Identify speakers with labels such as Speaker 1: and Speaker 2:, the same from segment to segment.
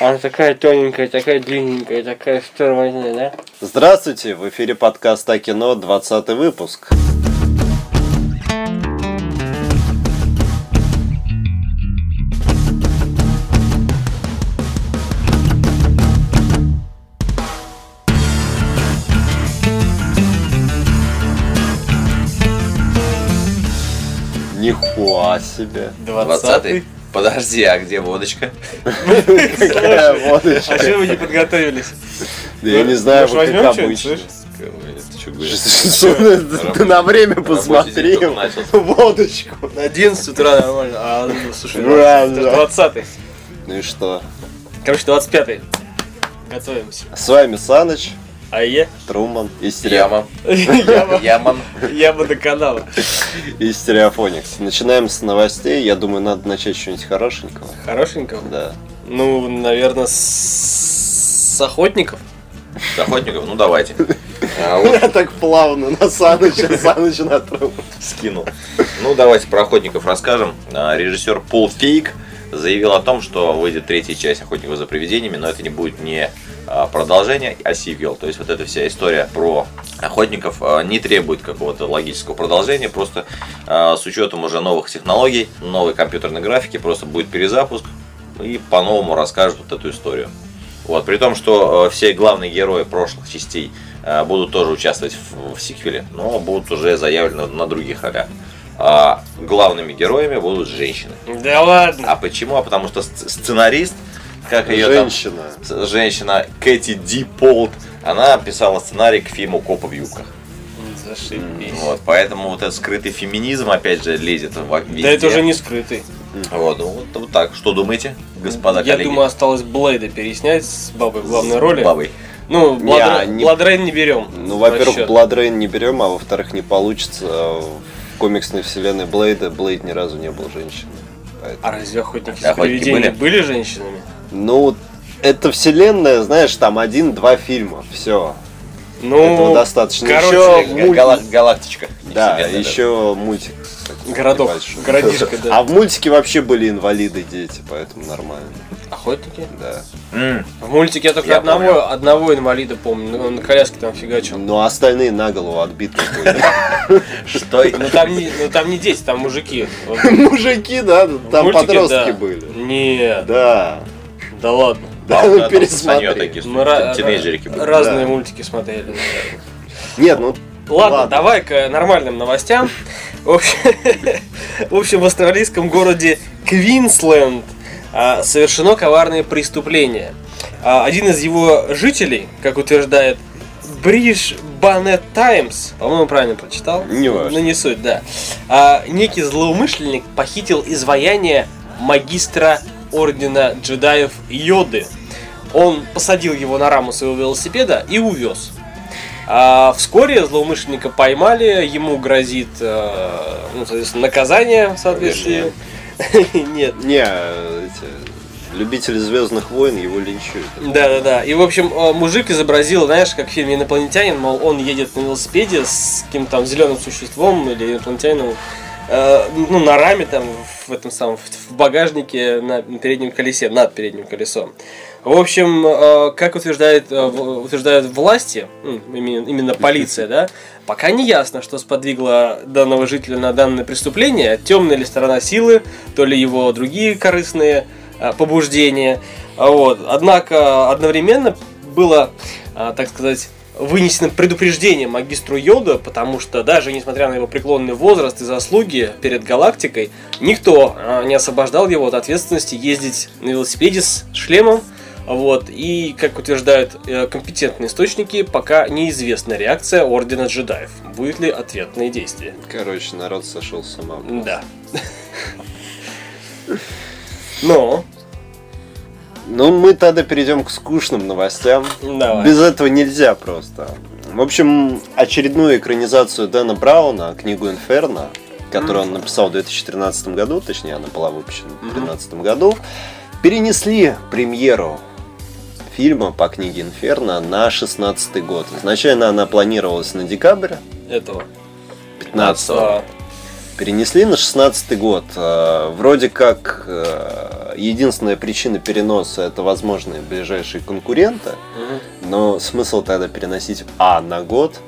Speaker 1: Она такая тоненькая, такая длинненькая, такая штурмовая, да?
Speaker 2: Здравствуйте, в эфире подкаст «А кино», 20 выпуск. Нихуа себе.
Speaker 3: Двадцатый? Подожди, а где водочка?
Speaker 2: Какая
Speaker 4: А
Speaker 2: водочка.
Speaker 4: что вы не подготовились?
Speaker 2: Да Я не знаю,
Speaker 4: Может,
Speaker 2: вот
Speaker 4: возьмем
Speaker 2: как
Speaker 4: что-нибудь, слышь?
Speaker 2: обычно.
Speaker 3: Ты что
Speaker 2: Что ты- Ты на время посмотрел.
Speaker 3: Рабочий день
Speaker 2: Водочку.
Speaker 4: 11 с утра нормально, а ну, слушай,
Speaker 2: Ура,
Speaker 4: 20
Speaker 2: Ну и что?
Speaker 4: Короче, 25 Готовимся.
Speaker 2: С вами Саныч,
Speaker 4: А я?
Speaker 2: Труман и Стерео-
Speaker 3: Яма.
Speaker 4: Я
Speaker 3: Яман.
Speaker 4: бы- Я бы до канала.
Speaker 2: и Стереофоникс. Начинаем с новостей. Я думаю, надо начать с чего-нибудь хорошенького.
Speaker 4: Хорошенького?
Speaker 2: Да.
Speaker 4: Ну, наверное, с с охотников.
Speaker 3: С Охотников? Ну давайте. А, вот
Speaker 2: Я так плавно на Саныча, Саныч на Трумана.
Speaker 3: Скинул. Ну давайте про охотников расскажем. А, Режиссер Пол Фейк заявил о том, что выйдет третья часть охотников за привидениями, но это не будет не а, продолжение, а сиквел. То есть вот эта вся история про охотников а, не требует какого-то логического продолжения, просто а, с учетом уже новых технологий, новой компьютерной графики, просто будет перезапуск и по-новому расскажут вот эту историю. Вот, при том, что э, все главные герои прошлых частей э, будут тоже участвовать в, в сиквеле, но будут уже заявлены на других ролях. А главными героями будут женщины.
Speaker 4: Да ладно.
Speaker 3: А почему? А потому что сц- сценарист, как ее там,
Speaker 2: Женщина.
Speaker 3: с- женщина Кэти Ди Полт, она писала сценарий к фильму «Копы в юбках».
Speaker 4: А, Зашибись.
Speaker 3: Вот, поэтому вот этот скрытый феминизм, опять же, лезет в
Speaker 4: Да это уже не скрытый.
Speaker 3: Вот, ну, вот, вот так. Что думаете, господа
Speaker 4: Я
Speaker 3: коллеги?
Speaker 4: думаю, осталось Блейда переснять с бабой в главной
Speaker 3: С
Speaker 4: роли.
Speaker 3: бабой.
Speaker 4: Ну,
Speaker 2: Не,
Speaker 4: Бладре-
Speaker 2: не-
Speaker 4: Бладрейн не берем.
Speaker 2: Ну, во-первых, Blood Rain не берем, а во-вторых, не получится. э, В комиксной вселенной Блейда Блейд ни разу не был женщиной. Поэтому-
Speaker 4: А разве охотники
Speaker 3: Да,
Speaker 4: за
Speaker 3: охотники
Speaker 4: привидениями
Speaker 3: были?
Speaker 4: были женщинами?
Speaker 2: Ну, это вселенная, знаешь, там один-два фильма. Все. Этого
Speaker 4: Ну,
Speaker 2: достаточно.
Speaker 4: короче,
Speaker 2: Еще
Speaker 4: га-
Speaker 3: Га-
Speaker 2: мульт-
Speaker 3: гала- галактичка.
Speaker 2: Да,
Speaker 3: Вселенная,
Speaker 2: еще мультик.
Speaker 4: городок,
Speaker 2: небольшой.
Speaker 4: городишко, да.
Speaker 2: А в мультике вообще были инвалиды дети, поэтому нормально.
Speaker 4: Охотники?
Speaker 2: Да.
Speaker 3: М,
Speaker 4: В мультике я только
Speaker 3: Я
Speaker 4: одного,
Speaker 3: помню.
Speaker 4: одного инвалида помню, ну, он на коляске там фигачил.
Speaker 2: Но остальные на голову отбиты были.
Speaker 3: Что?
Speaker 4: Ну там, не, ну там не дети, там мужики. Вот
Speaker 2: Мужики, да,
Speaker 4: в
Speaker 2: там
Speaker 4: мультике,
Speaker 2: подростки
Speaker 4: да.
Speaker 2: были.
Speaker 4: Нет,
Speaker 2: Да.
Speaker 4: да ладно.
Speaker 2: Да,
Speaker 3: А у
Speaker 2: ну,
Speaker 3: меня там
Speaker 2: пересмотри.
Speaker 3: пацанё такие,
Speaker 4: Мы Ну, ра-
Speaker 3: что тинейджерики
Speaker 4: ра-
Speaker 3: были.
Speaker 4: разные
Speaker 2: Да.
Speaker 4: мультики смотрели.
Speaker 2: Нет, ну
Speaker 4: Ладно,
Speaker 2: Ладно.
Speaker 4: давай к нормальным новостям. В общем, в общем, в австралийском городе Квинсленд а, совершено коварное преступление. А, Один из его жителей, как утверждает Бриш Банет Таймс, по-моему, правильно прочитал.
Speaker 2: Не важно.
Speaker 4: Ну, не суть, да. А, Некий злоумышленник похитил изваяние магистра ордена джедаев Йоды. Он посадил его на раму своего велосипеда и увез. А вскоре злоумышленника поймали, ему грозит, э, ну, соответственно, наказание в соответствии. Нет.
Speaker 2: Не, э, эти любители Звездных войн его линчуют.
Speaker 4: Да-да-да. И, в общем, э, мужик изобразил, знаешь, как в фильме «Инопланетянин», мол, он едет на велосипеде с каким-то там зеленым существом или инопланетянином, э, ну, на раме там, в этом самом, в- в багажнике на переднем колесе, над передним колесом. В общем, э, как утверждает, э, в- утверждают власти, м, именно именно полиция, да, пока не ясно, что сподвигло данного жителя на данное преступление, темная ли сторона силы, то ли его другие корыстные э, побуждения. А Вот. Однако одновременно было, а, так сказать, вынесено предупреждение магистру Йода, потому что даже несмотря на его преклонный возраст и заслуги перед галактикой, никто а, не освобождал его от ответственности ездить на велосипеде с шлемом. Вот. И, как утверждают э, компетентные источники, пока неизвестна реакция Ордена Джедаев. Будет ли ответные действия?
Speaker 2: Короче, народ сошел с ума.
Speaker 4: Да. Но,
Speaker 2: Ну, мы тогда перейдем к скучным новостям.
Speaker 4: давай.
Speaker 2: Без этого нельзя просто. В общем, очередную экранизацию Дэна Брауна, книгу «Инферно», которую он написал в 2013 году, точнее, она была выпущена в
Speaker 4: Мгм.
Speaker 2: 2013 году, перенесли премьеру фильма по книге «Инферно» на 16 год. Изначально она планировалась на декабрь
Speaker 4: Этого.
Speaker 2: 15
Speaker 4: А,
Speaker 2: перенесли на 16 год. Э, Вроде как э, единственная причина переноса это возможные ближайшие конкуренты,
Speaker 4: Мгм.
Speaker 2: но смысл тогда переносить А на год,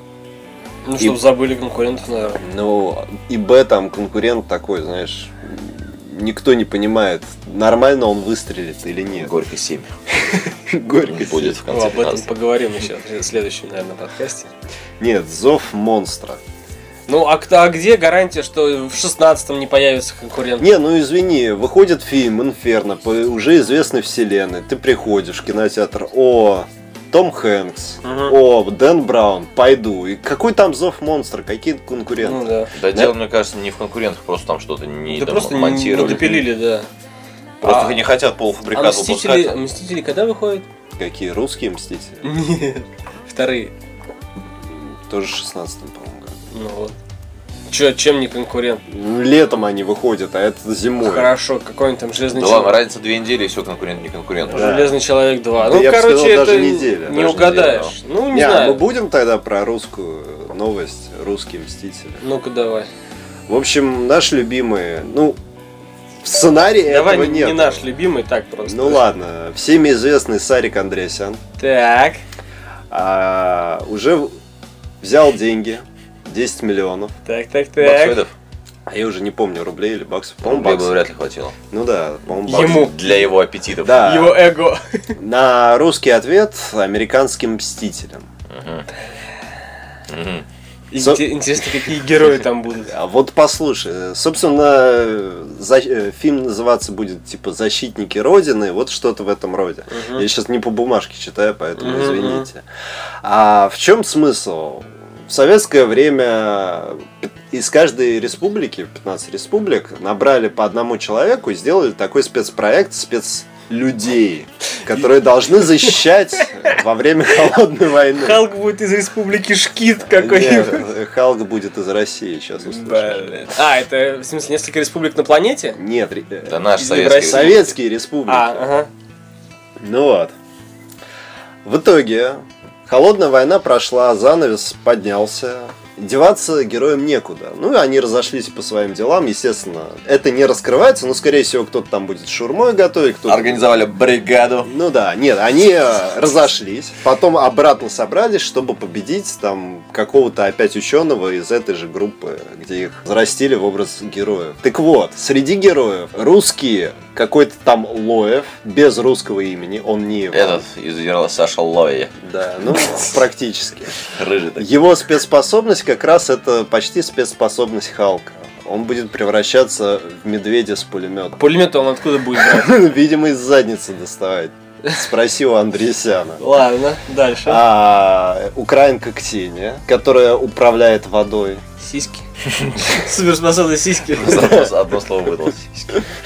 Speaker 4: Ну, чтобы забыли конкурентов, наверное.
Speaker 2: ну и Б там конкурент такой, знаешь, никто не понимает, нормально он выстрелит или нет.
Speaker 3: Горько 7
Speaker 2: Горько.
Speaker 3: будет в
Speaker 4: Ну,
Speaker 3: конце
Speaker 4: об этом
Speaker 3: 15.
Speaker 4: поговорим еще в следующем, наверное, подкасте.
Speaker 2: Нет, зов монстра.
Speaker 4: Ну, а, кто- а где гарантия, что в шестнадцатом не появится конкурент?
Speaker 2: Не, ну извини, выходит фильм «Инферно» по уже известной вселенной. Ты приходишь в кинотеатр, о, Том Хэнкс,
Speaker 4: Мгм.
Speaker 2: о, Дэн Браун, пойду. И какой там зов монстр, какие конкуренты?
Speaker 4: Ну, да.
Speaker 3: Да дело, мне кажется, не в конкурентах, просто там что-то не
Speaker 4: Да просто не- не
Speaker 3: монтировали.
Speaker 4: допилили, да.
Speaker 3: Просто
Speaker 4: А-
Speaker 3: не хотят
Speaker 4: А
Speaker 3: полуфабрикат
Speaker 4: мстители,
Speaker 3: выпускать.
Speaker 4: мстители когда выходят?
Speaker 2: Какие русские мстители?
Speaker 4: Нет. Вторые.
Speaker 2: Тоже 16 по-моему. году.
Speaker 4: Ну вот. Че, чем не конкурент?
Speaker 2: Ну, Летом они выходят, а это зимой.
Speaker 4: Хорошо, какой-нибудь там железный
Speaker 3: Да ладно, разница две недели, и все, конкурент, не конкурент. уже.
Speaker 2: Да.
Speaker 4: Железный человек 2.
Speaker 2: Да
Speaker 4: ну,
Speaker 2: я бы
Speaker 4: короче,
Speaker 2: сказал,
Speaker 4: это
Speaker 2: даже неделя,
Speaker 4: не
Speaker 3: даже
Speaker 4: угадаешь. Ну, не,
Speaker 2: Не, а
Speaker 4: знаю.
Speaker 2: мы будем тогда про русскую э, новость, русские мстители.
Speaker 4: Ну-ка, давай.
Speaker 2: В общем, наш любимый, ну, в сценарии
Speaker 4: давай
Speaker 2: этого
Speaker 4: не,
Speaker 2: нет.
Speaker 4: не наш любимый, так просто.
Speaker 2: Ну ладно, всеми известный Сарик Андреасян
Speaker 4: Так.
Speaker 2: а, уже взял деньги, 10 миллионов,
Speaker 4: Так, так, так.
Speaker 3: Баксоидов?
Speaker 2: а я уже не помню, рублей или баксов, по-моему,
Speaker 3: Рублей бы
Speaker 2: баксов.
Speaker 3: вряд ли хватило.
Speaker 2: Ну да, по-моему, баксов.
Speaker 4: Ему.
Speaker 3: Для его аппетитов.
Speaker 2: Да,
Speaker 4: Его эго.
Speaker 2: на русский ответ американским мстителям.
Speaker 3: Мгм. Мгм.
Speaker 2: Со-
Speaker 4: Инте- Интересно, какие герои там будут.
Speaker 2: А вот послушай, э, собственно, э, за- э, фильм называться будет типа «Защитники Родины», вот что-то в этом роде.
Speaker 4: Мгм.
Speaker 2: Я сейчас не по бумажке читаю, поэтому
Speaker 4: Мгм.
Speaker 2: извините. А в чем смысл? В советское время из каждой республики, 15 республик, набрали по одному человеку и сделали такой спецпроект, спецлюдей, которые должны защищать во время холодной войны.
Speaker 4: Халк будет из республики Шкит какой-нибудь.
Speaker 2: Нет, э, Халк будет из России, сейчас услышишь.
Speaker 4: Блин. А, это, в смысле, несколько республик на планете?
Speaker 2: Нет, ре- э,
Speaker 3: Да наш
Speaker 4: Из
Speaker 3: советский.
Speaker 4: России.
Speaker 2: советские республики.
Speaker 4: А, ага.
Speaker 2: Ну вот. В итоге холодная война прошла, занавес поднялся. Деваться героям некуда. Ну и они разошлись по своим делам, естественно. Это не раскрывается, но, скорее всего, кто-то там будет шурмой готовить, кто-то...
Speaker 3: Организовали бригаду.
Speaker 2: Ну да, нет, они э, разошлись, потом обратно собрались, чтобы победить там какого-то опять ученого из этой же группы, где их взрастили в образ героев. Так вот, среди героев русские, какой-то там Лоев, без русского имени, он не его.
Speaker 3: Этот из Ерла Саша Лови.
Speaker 2: Да, ну, практически.
Speaker 3: Рыжий такой.
Speaker 2: Его спецспособность как раз это почти спецспособность Халка. Он будет превращаться в медведя с пулемета.
Speaker 4: Пулемет он откуда будет брать?
Speaker 2: Видимо, из задницы доставать. Спроси у Андресяна.
Speaker 4: Ладно, дальше.
Speaker 2: А, украинка Ксения, которая управляет водой.
Speaker 4: Сиськи. Суперспособные сиськи.
Speaker 3: Одно одно слово выдалось.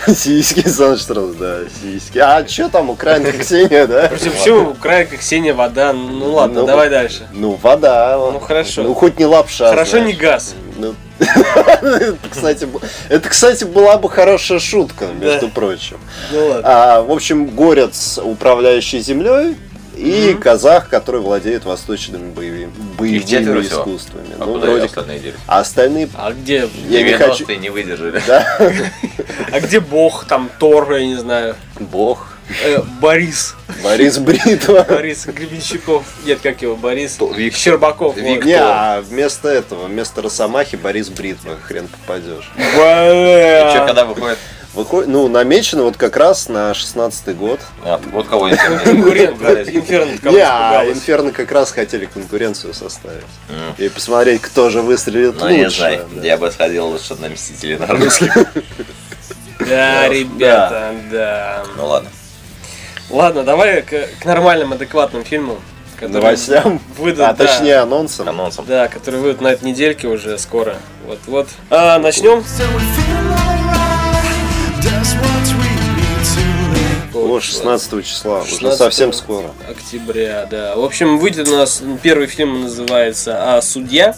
Speaker 2: Сиськи, Саныч Трос, да, сиськи. А что там, украинка Ксения, да?
Speaker 4: Причем почему Украинка, Ксения, вода? Ну ладно,
Speaker 2: Ну,
Speaker 4: давай дальше.
Speaker 2: Ну, вода.
Speaker 4: Ну, хорошо.
Speaker 2: Ну, хоть не лапша.
Speaker 4: Хорошо
Speaker 2: знаешь.
Speaker 4: не газ.
Speaker 2: Ну, это, кстати, бу- это, кстати, была бы хорошая шутка, между прочим.
Speaker 4: Ну ладно.
Speaker 2: А, в общем, горец, управляющий землей, и казах, который владеет восточными боевыми,
Speaker 3: четверо
Speaker 2: боевыми
Speaker 3: всего?
Speaker 2: искусствами.
Speaker 3: А
Speaker 2: ну,
Speaker 3: куда ее
Speaker 2: вроде как.
Speaker 3: остальные делись?
Speaker 2: А остальные...
Speaker 4: А где,
Speaker 2: Я не хочу...
Speaker 3: 90-е не выдержали.
Speaker 2: Да?
Speaker 4: а где бог, там Тор, я не знаю,
Speaker 2: Бог.
Speaker 4: Э, Борис,
Speaker 2: Борис Бритва.
Speaker 4: Борис Гребенщиков, нет, как его, Борис
Speaker 3: Вик-
Speaker 4: Щербаков, вот.
Speaker 3: Вик-
Speaker 2: Не, а вместо этого, вместо Росомахи Борис Бритва, хрен попадешь.
Speaker 4: Бля.
Speaker 3: Че, когда выходит?
Speaker 2: Выходит, ну, намечено вот как раз на 16 год.
Speaker 3: А, Вот кого я
Speaker 4: Конкурент, да, Инферно, кого
Speaker 2: Не, а
Speaker 4: испугалась.
Speaker 2: Инферно как раз хотели конкуренцию составить.
Speaker 3: М.
Speaker 2: И посмотреть, кто же выстрелит
Speaker 3: Ну, не
Speaker 2: лучше.
Speaker 3: знаю,
Speaker 2: да.
Speaker 3: я бы сходил лучше на Мстители на русский.
Speaker 4: Да, ребята, да.
Speaker 3: Ну ладно.
Speaker 4: Ладно, давай к, к нормальным, адекватным фильмам. которые
Speaker 2: Новостям,
Speaker 4: Выйдут,
Speaker 2: а
Speaker 4: да.
Speaker 2: точнее анонсом.
Speaker 3: Анонсом.
Speaker 4: Да, которые выйдут на этой недельке уже скоро. Вот-вот. А, начнем.
Speaker 5: So we feel alright, just what we need to live.
Speaker 2: О, 16 числа, уже
Speaker 4: 16
Speaker 2: совсем скоро.
Speaker 4: Октября, да. В общем, выйдет у нас первый фильм, называется «А, «Судья»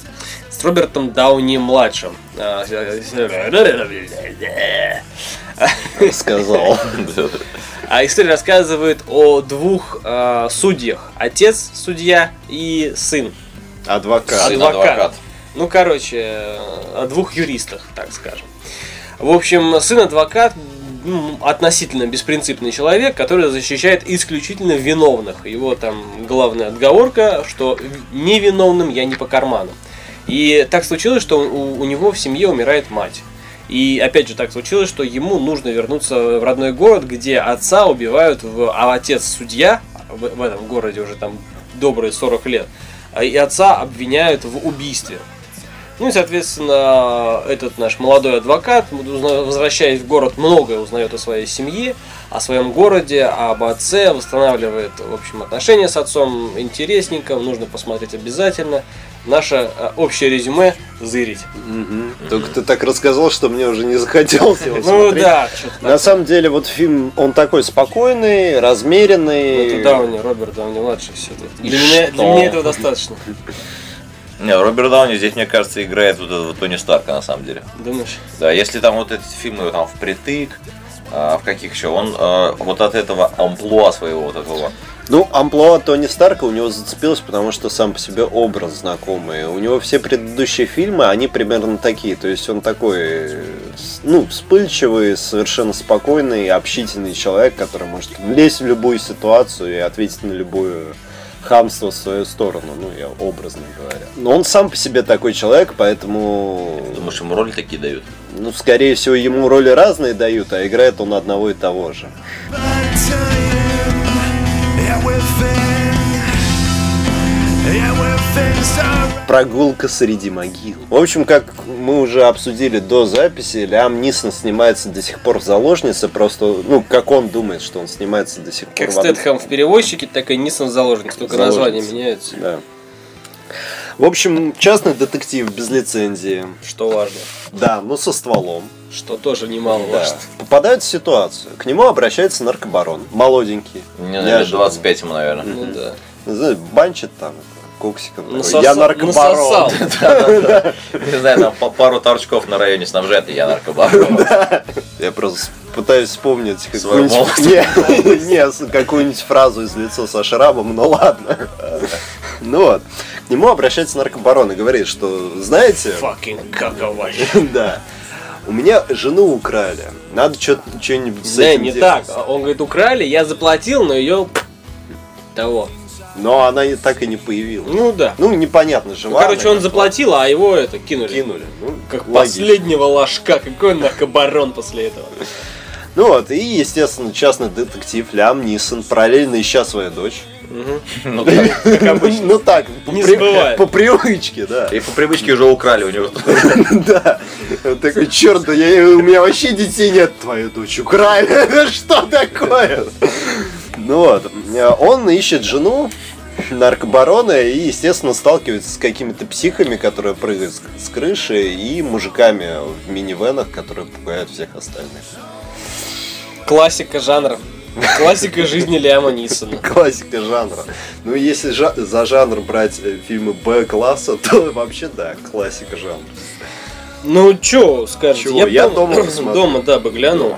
Speaker 4: с Робертом Дауни-младшим. А,
Speaker 2: Сказал.
Speaker 4: А история рассказывает о двух а, судьях. Отец – судья и сын.
Speaker 2: Адвокат.
Speaker 3: Сын
Speaker 4: Адвокат.
Speaker 3: адвокат.
Speaker 4: Ну, короче, э, о двух юристах, так скажем. В общем, сын-адвокат ну, относительно беспринципный человек, который защищает исключительно виновных. Его там главная отговорка, что невиновным я не по карману. И так случилось, что у, у него в семье умирает мать. И опять же так случилось, что ему нужно вернуться в родной город, где отца убивают, в, а отец судья в, в этом городе уже там добрые 40 лет, а и отца обвиняют в убийстве. Ну и, соответственно, этот наш молодой адвокат, узна- возвращаясь в город, многое узнает о своей семье, о своем городе, об отце, восстанавливает, в общем, отношения с отцом, интересненько, нужно посмотреть обязательно. Наше э, общее резюме «Зырить».
Speaker 2: Мгм. Только ты так рассказал, что мне уже не захотелось его
Speaker 4: Ну
Speaker 2: смотреть.
Speaker 4: да, что-то
Speaker 2: На самом деле, вот фильм, он такой спокойный, размеренный.
Speaker 4: Ну, Это Дауни, Роберт Дауни младший все
Speaker 3: И
Speaker 4: Для меня,
Speaker 3: что?
Speaker 4: для меня этого достаточно.
Speaker 3: Не, Роберт Дауни здесь, мне кажется, играет вот этого Тони Старка, на самом деле.
Speaker 4: Думаешь?
Speaker 3: Да, если там вот эти фильмы там впритык, а, в каких еще, он а, вот от этого амплуа своего вот этого.
Speaker 2: Ну, амплуа Тони Старка у него зацепилось, потому что сам по себе образ знакомый. У него все предыдущие фильмы, они примерно такие. То есть он такой, э, с- ну, вспыльчивый, совершенно спокойный, общительный человек, который может влезть в любую ситуацию и ответить на любую хамство в свою сторону, ну, я образно говоря. Но он сам по себе такой человек, поэтому...
Speaker 3: Думаешь, ему роли такие дают?
Speaker 2: Ну, скорее всего, ему роли разные дают, а играет он одного и того же. Прогулка среди могил. В общем, как мы уже обсудили до записи, Лям Нисон снимается до сих пор в заложнице, просто, ну, как он думает, что он снимается до сих пор
Speaker 4: Как
Speaker 2: в одной-
Speaker 4: Стэтхэм в перевозчике, так и Нисон в заложник, только
Speaker 2: Заложнице.
Speaker 4: названия меняются.
Speaker 2: Да. В общем, частный детектив без лицензии.
Speaker 4: Что важно.
Speaker 2: Да, но со стволом.
Speaker 4: Что тоже немало
Speaker 2: Да.
Speaker 4: важно.
Speaker 2: Попадает в ситуацию. К нему обращается наркобарон. Молоденький.
Speaker 3: Не, знаю, лет
Speaker 2: Неожиданно.
Speaker 3: 25 ему, наверное.
Speaker 4: Ну да.
Speaker 2: Не знаю, банчит там коксиком. такой,
Speaker 4: Насоса-
Speaker 2: Я наркобарон.
Speaker 4: насосал.
Speaker 3: Не знаю, там по- пару торчков на районе снабжает, и я наркобарон.
Speaker 2: Я просто пытаюсь вспомнить
Speaker 3: Свою
Speaker 2: какую-нибудь... Не, не, с- какую-нибудь фразу из лицо со шрамом, но ладно. Ну вот. К нему обращается наркобарон и говорит, что, знаете,
Speaker 4: Fucking каковарь.
Speaker 2: да, у меня жену украли. Надо что-нибудь с
Speaker 4: Да,
Speaker 2: этим
Speaker 4: не
Speaker 2: делать».
Speaker 4: так. Он говорит, украли, я заплатил, но ее того.
Speaker 2: Но она и так и не появилась.
Speaker 4: Ну да.
Speaker 2: Ну, непонятно,
Speaker 4: Ну,
Speaker 2: жива
Speaker 4: короче,
Speaker 2: она,
Speaker 4: он заплатил, а его это кинули.
Speaker 2: кинули. Ну,
Speaker 4: Как
Speaker 2: логично.
Speaker 4: последнего ложка. Какой он наркобарон после этого.
Speaker 2: Ну вот, и, естественно, частный детектив Лям Нисон параллельно ища свою дочь.
Speaker 3: Ну так.
Speaker 2: Ну так, по
Speaker 4: Не
Speaker 2: при-
Speaker 4: забывает.
Speaker 2: по привычке, да.
Speaker 3: И по привычке уже украли у него.
Speaker 2: Да. Он такой, черт, да я, у меня вообще детей нет. Твою дочь украли. Что такое? Ну вот, э, он ищет жену наркобарона и, естественно, сталкивается с какими-то психами, которые прыгают с- с крыши, и мужиками в минивенах, которые пугают всех остальных.
Speaker 4: Классика жанра. Классика жизни Лиама Нисона.
Speaker 2: Классика жанра. Ну, если жа- за жанр брать э, фильмы Б-класса, то вообще, да, классика жанра.
Speaker 4: Ну чё, скажете?
Speaker 2: Чего? Я дома посмотрю.
Speaker 4: дома, да, бы глянул.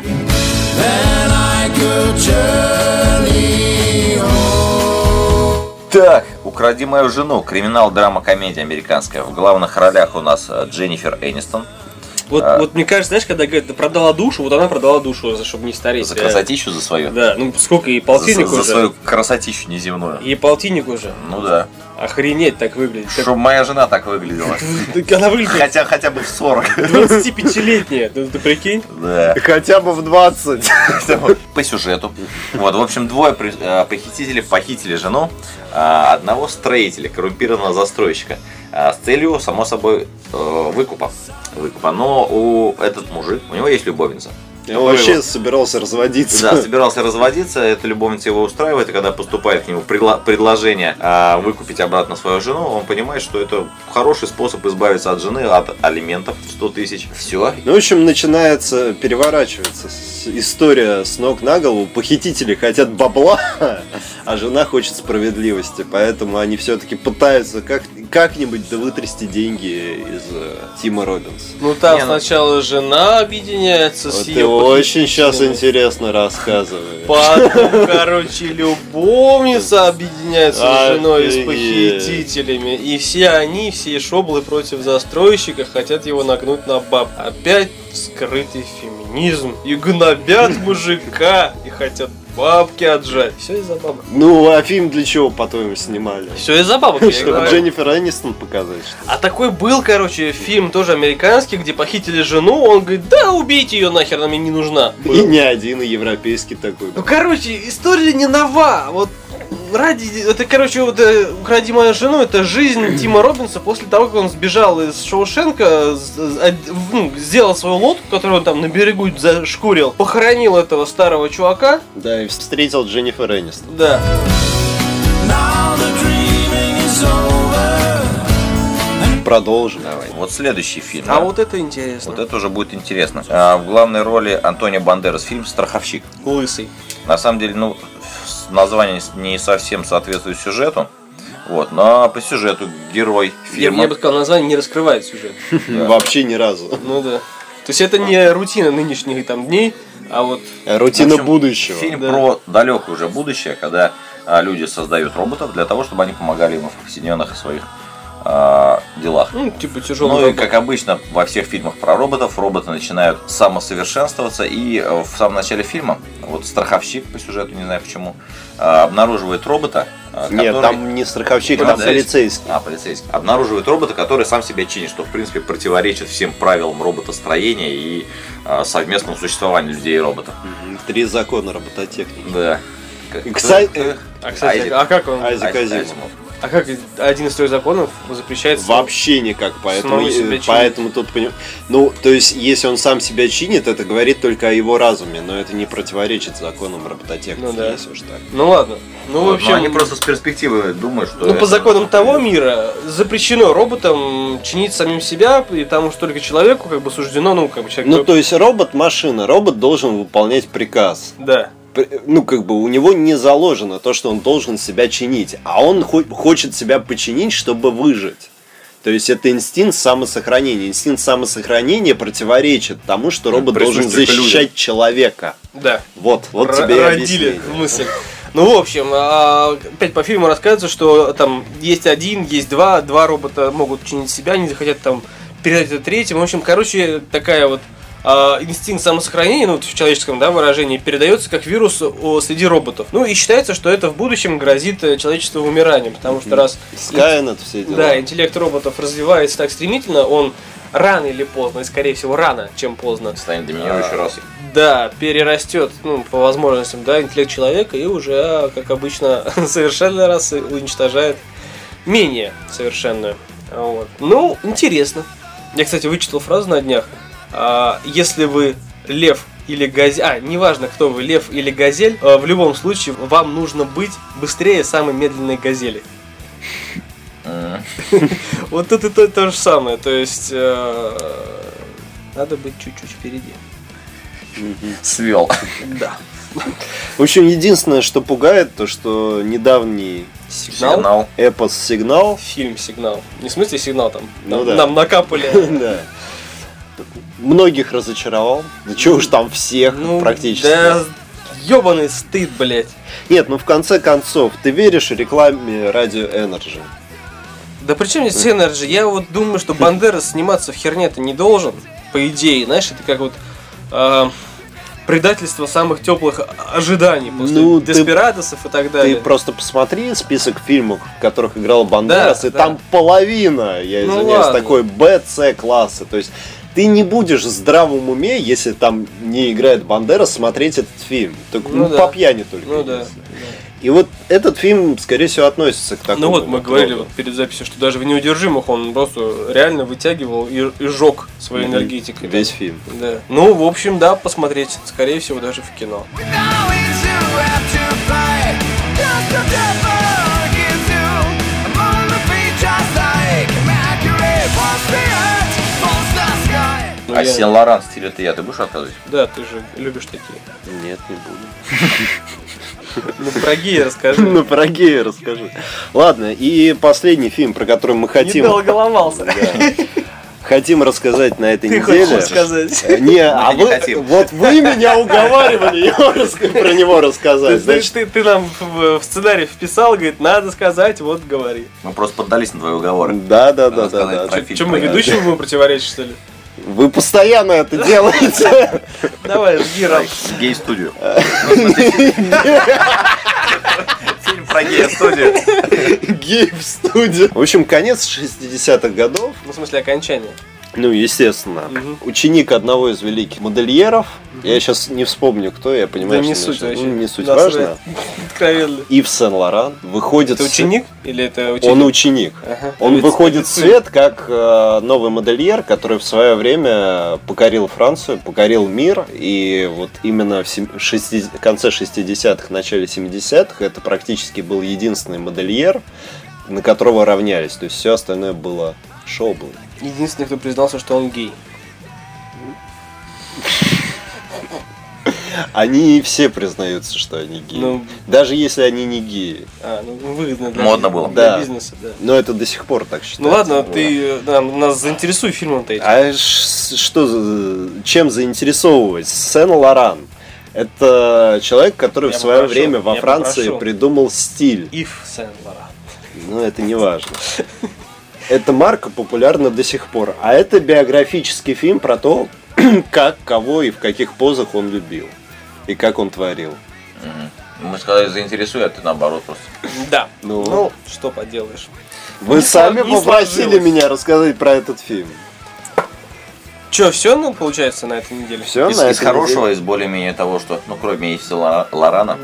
Speaker 3: Так, «Укради мою жену» – криминал, драма, комедия американская. В главных ролях у нас э, Дженнифер Энистон.
Speaker 4: Вот,
Speaker 3: А.
Speaker 4: вот мне кажется, знаешь, когда говорят, ты продала душу, вот она продала душу, за чтобы не стареть.
Speaker 3: За
Speaker 4: реально.
Speaker 3: красотищу, за свою.
Speaker 4: э, Да, ну сколько ей
Speaker 3: За,
Speaker 4: полтинник
Speaker 3: за
Speaker 4: уже.
Speaker 3: свою красотищу неземную.
Speaker 4: Ей полтинник уже.
Speaker 3: Ну да.
Speaker 4: Охренеть так выглядит. Как-
Speaker 3: Чтобы моя жена так выглядела.
Speaker 4: Так она выглядит
Speaker 3: Хотя, хотя бы в 40.
Speaker 4: 25-летняя, ты, ты прикинь?
Speaker 3: Да.
Speaker 2: Хотя бы в 20.
Speaker 3: По сюжету. Вот, в общем, двое при- э, похитителей похитили жену а, одного строителя, коррумпированного застройщика, а, с целью, само собой, э, выкупа. Выкупа. Но у этот мужик, у него есть любовница.
Speaker 2: Я вообще собирался разводиться.
Speaker 3: Да, собирался разводиться, эта любовница его устраивает, и когда поступает к нему предла- предложение а, выкупить обратно свою жену, он понимает, что это хороший способ избавиться от жены, от алиментов в 100 тысяч. Все.
Speaker 2: Ну, в общем, начинается переворачивается с- история с ног на голову. Похитители хотят бабла, а жена хочет справедливости, поэтому они все-таки пытаются как- как-нибудь да вытрясти деньги из э, Тима Робинса.
Speaker 4: Ну там
Speaker 3: Не, ну-
Speaker 4: сначала жена объединяется
Speaker 2: Вот
Speaker 4: с
Speaker 2: ты
Speaker 4: ее
Speaker 2: очень сейчас интересно рассказываешь.
Speaker 4: Потом, короче, любовница объединяется с женой и с
Speaker 2: Офигеть.
Speaker 4: похитителями. И все они, все шоблы против застройщика, хотят его нагнуть на баб. Опять скрытый феминизм. И гнобят мужика, и хотят бабки отжать. Все из-за бабок.
Speaker 2: Ну, а фильм для чего, по-твоему, снимали?
Speaker 4: Все из-за бабок, я
Speaker 2: Чтобы
Speaker 4: говорю.
Speaker 2: Дженнифер Анистон показать, что ли?
Speaker 4: А такой был, короче, фильм тоже американский, где похитили жену, он говорит, да убейте ее нахер, она мне не нужна.
Speaker 2: И не один, и европейский такой.
Speaker 4: Ну, короче, история не нова. Вот ради... Это, короче, вот, э, «Укради мою жену» — это жизнь Тима Робинса после того, как он сбежал из Шоушенка, с- с- од- в- ну, сделал свою лодку, которую он там на берегу зашкурил, похоронил этого старого чувака.
Speaker 2: Ну, Да, и встретил Дженнифер Энистон.
Speaker 4: Да.
Speaker 5: Now the dreaming is over.
Speaker 2: Продолжим.
Speaker 3: Вот следующий фильм.
Speaker 4: А
Speaker 3: да?
Speaker 4: вот это интересно.
Speaker 3: Вот это уже будет интересно. А, в главной роли Антонио Бандерас фильм «Страховщик».
Speaker 4: Лысый.
Speaker 3: На самом деле, ну, с- название не совсем соответствует сюжету. Вот, но по сюжету герой
Speaker 4: Я,
Speaker 3: фильма.
Speaker 4: я бы сказал, название не раскрывает сюжет.
Speaker 2: Вообще ни разу.
Speaker 4: Ну да. То есть это не рутина нынешних там дней, а вот
Speaker 2: Рутина
Speaker 3: В общем,
Speaker 2: будущего.
Speaker 3: Фильм
Speaker 4: Да.
Speaker 3: про далекое уже будущее, когда а, люди создают роботов для того, чтобы они помогали им в повседневных своих а, делах.
Speaker 4: ну, типа
Speaker 3: Ну
Speaker 4: тяжелый
Speaker 3: и как обычно во всех фильмах про роботов, роботы начинают самосовершенствоваться. И э, в самом начале фильма, вот страховщик по сюжету, не знаю почему, э, обнаруживает робота, э,
Speaker 2: Нет,
Speaker 3: который-
Speaker 2: там не страховщик, там полицейский.
Speaker 3: А, полицейский. Обнаруживает робота, который сам себя чинит, что, в принципе, противоречит всем правилам роботостроения и э, совместному существованию людей и роботов.
Speaker 2: Мгм. Три закона робототехники.
Speaker 3: Да.
Speaker 2: И, кстати,
Speaker 4: А, кстати,
Speaker 3: Айзек.
Speaker 4: а как он?
Speaker 2: Айзек Азимов.
Speaker 4: А как один из трех законов запрещается?
Speaker 2: Вообще никак, поэтому,
Speaker 4: Снова себя
Speaker 2: э,
Speaker 4: чинит.
Speaker 2: поэтому тут поним- Ну, то есть, если он сам себя чинит, это говорит только о его разуме, но это не противоречит законам робототехники,
Speaker 4: Ну да.
Speaker 2: если уж так.
Speaker 4: Ну ладно. Ну, в общем,
Speaker 3: они просто с перспективы думают, что...
Speaker 4: ну,
Speaker 3: это-
Speaker 4: по законам того мира запрещено роботам чинить самим себя, потому что только человеку как бы суждено, ну, как бы человек...
Speaker 2: Ну, то есть, робот-машина, робот должен выполнять приказ.
Speaker 4: Да.
Speaker 2: Пр- ну, как бы у него не заложено то, что он должен себя чинить, а он хо- хочет себя починить, чтобы выжить. То есть это инстинкт самосохранения. Инстинкт самосохранения противоречит тому, что робот должен
Speaker 3: присутствие к
Speaker 2: защищать человека.
Speaker 4: Да.
Speaker 2: Вот, вот
Speaker 4: Р-
Speaker 2: тебе и
Speaker 4: родили
Speaker 2: объяснение.
Speaker 4: мысль. Ну, в общем, а, опять по фильму рассказывается, что там есть один, есть два, два робота могут чинить себя, не захотят там передать это третьему. В общем, короче, такая вот а, инстинкт самосохранения, ну, вот в человеческом да, выражении, передается как вирус о, среди роботов. Ну, и считается, что это в будущем грозит э, человечеству умиранием, потому что раз
Speaker 2: Skynet, все дела.
Speaker 4: да, интеллект роботов развивается так стремительно, он рано или поздно, и скорее всего рано, чем поздно,
Speaker 3: Станет
Speaker 2: А,
Speaker 3: доминирующей расой.
Speaker 4: да, перерастет, ну, по возможностям, да, интеллект человека и уже, как обычно, совершенная раса уничтожает менее совершенную. Вот. Ну, интересно. Я, кстати, вычитал фразу на днях. А, если вы лев или газель, а, неважно, кто вы, лев или газель, а, в любом случае вам нужно быть быстрее самой медленной газели.
Speaker 3: М.
Speaker 4: Вот тут и то, то же самое, то есть э, надо быть чуть-чуть впереди.
Speaker 3: Свел.
Speaker 4: Да.
Speaker 2: В общем, единственное, что пугает, то что недавний
Speaker 4: Сигнал.
Speaker 3: Сигнал.
Speaker 2: эпос «Сигнал»
Speaker 4: фильм «Сигнал». Не в смысле «Сигнал» там,
Speaker 2: Ну
Speaker 4: нам-
Speaker 2: да. Ну,
Speaker 4: нам накапали.
Speaker 2: да, многих разочаровал. Да чего уж там всех
Speaker 4: Ну,
Speaker 2: практически.
Speaker 4: Да, ёбаный стыд, блядь.
Speaker 2: Нет, ну в конце концов, ты веришь рекламе радио Energy?
Speaker 4: Да при чем здесь Energy? Я вот думаю, что Бандерас сниматься в херне-то не должен, по идее. Знаешь, это как вот э, предательство самых теплых ожиданий после
Speaker 2: Ну, ты-
Speaker 4: Деспирадосов и так
Speaker 2: Ты
Speaker 4: далее.
Speaker 2: просто посмотри список фильмов, в которых играл Бандерас,
Speaker 4: Да,
Speaker 2: и
Speaker 4: да.
Speaker 2: там половина, я
Speaker 4: Ну
Speaker 2: извиняюсь,
Speaker 4: ладно.
Speaker 2: такой Б, С класса. То есть ты не будешь в здравом уме, если там не играет Бандерас, смотреть этот фильм. Только,
Speaker 4: Ну
Speaker 2: ну,
Speaker 4: да.
Speaker 2: по пьяни только.
Speaker 4: Ну да.
Speaker 2: если. И вот этот фильм, скорее всего, относится к такому.
Speaker 4: Ну вот мы
Speaker 2: вот
Speaker 4: говорили
Speaker 2: роду.
Speaker 4: вот перед записью, что даже в неудержимых он просто реально вытягивал и, и жег своей
Speaker 2: Мгм.
Speaker 4: энергетикой.
Speaker 2: Весь фильм.
Speaker 4: Да. Ну, в общем, да, посмотреть, скорее всего, даже в кино.
Speaker 5: Now it's you have to fight. Just the devil gives you a moment to be just like Mercury falls the earth, falls the sky.
Speaker 4: Ну,
Speaker 3: А
Speaker 4: я-
Speaker 3: Сен Лоран стиль это я, ты будешь рассказывать?
Speaker 4: Да, ты же любишь такие.
Speaker 2: Нет, не буду.
Speaker 4: Ну, про геи расскажи.
Speaker 2: Ну, про гея расскажи. Ладно, и последний фильм, про который мы хотим,
Speaker 4: голомался.
Speaker 2: хотим рассказать на этой
Speaker 4: Ты
Speaker 2: неделе.
Speaker 4: хочешь сказать?
Speaker 2: Э, Не, а
Speaker 3: не
Speaker 2: вы,
Speaker 3: хотим.
Speaker 2: вот вы меня уговаривали его раска- про него рассказать.
Speaker 4: Значит,
Speaker 2: Значит,
Speaker 4: ты, ты нам в, в сценарий вписал, говорит, надо сказать, вот говори.
Speaker 3: Мы просто поддались на твои уговоры.
Speaker 2: да, да, да,
Speaker 3: Рассказать
Speaker 2: да,
Speaker 3: про
Speaker 2: да.
Speaker 3: фильм.
Speaker 4: Чем мы ведущему будем противоречить, что ли?
Speaker 2: Вы постоянно это делаете.
Speaker 4: Давай, жги рам.
Speaker 3: Гей-студию.
Speaker 4: Э.
Speaker 3: Ну, в смысле, фильм- Фильм про гей-студию.
Speaker 2: Гей в студии. В общем, конец 60-х годов.
Speaker 4: Ну, в смысле, окончание.
Speaker 2: Ну, естественно.
Speaker 4: Мгм.
Speaker 2: Ученик одного из великих модельеров. Я сейчас не вспомню, кто, я понимаю,
Speaker 4: Да не
Speaker 2: что
Speaker 4: суть
Speaker 2: значит.
Speaker 4: вообще.
Speaker 2: Ну, Не суть
Speaker 4: Да,
Speaker 2: важно.
Speaker 4: Откровенно.
Speaker 2: Ив Сен-Лоран выходит...
Speaker 4: Это
Speaker 2: с-
Speaker 4: ученик или это ученик?
Speaker 2: Он ученик.
Speaker 4: Ага.
Speaker 2: Он
Speaker 4: Лиц-
Speaker 2: выходит в
Speaker 4: лицо.
Speaker 2: свет как э, новый модельер, который в свое время покорил Францию, покорил мир. И вот именно в сем- шести- конце 60-х, начале 70-х это практически был единственный модельер, на которого равнялись. То есть все остальное было шоу было.
Speaker 4: Единственный, кто признался, что он гей.
Speaker 2: Они все признаются, что они геи.
Speaker 4: Ну,
Speaker 2: Даже если они не геи.
Speaker 4: а, ну выгодно для,
Speaker 3: Модно было.
Speaker 4: для
Speaker 2: Да.
Speaker 4: бизнеса, да.
Speaker 2: Но это до сих пор так считается.
Speaker 4: Ну ладно, ты э, да, нас заинтересуй фильмом-то этим.
Speaker 2: А ш- что, за- чем заинтересовывать? Сен Лоран. Это человек, который
Speaker 4: Я
Speaker 2: в свое
Speaker 4: попрошу,
Speaker 2: время во
Speaker 4: я
Speaker 2: Франции
Speaker 4: попрошу.
Speaker 2: придумал стиль.
Speaker 4: Ив Сен-Лоран.
Speaker 2: Но это не важно. Эта марка популярна до сих пор. А это биографический фильм про то, как, кого и в каких позах он любил. И как он творил.
Speaker 3: Мы сказали, заинтересуй, а ты наоборот просто.
Speaker 4: Да.
Speaker 2: Ну.
Speaker 4: ну, что поделаешь.
Speaker 2: Вы
Speaker 4: Не
Speaker 2: сами
Speaker 4: сло- не
Speaker 2: попросили
Speaker 4: сложилось.
Speaker 2: меня рассказать про этот фильм.
Speaker 4: Че, все ну, получается на этой неделе?
Speaker 2: Все
Speaker 3: Из,
Speaker 2: на
Speaker 3: из
Speaker 2: этой
Speaker 3: хорошего,
Speaker 2: неделе?
Speaker 3: из более-менее того, что, ну, кроме Ивса Ла- Лорана.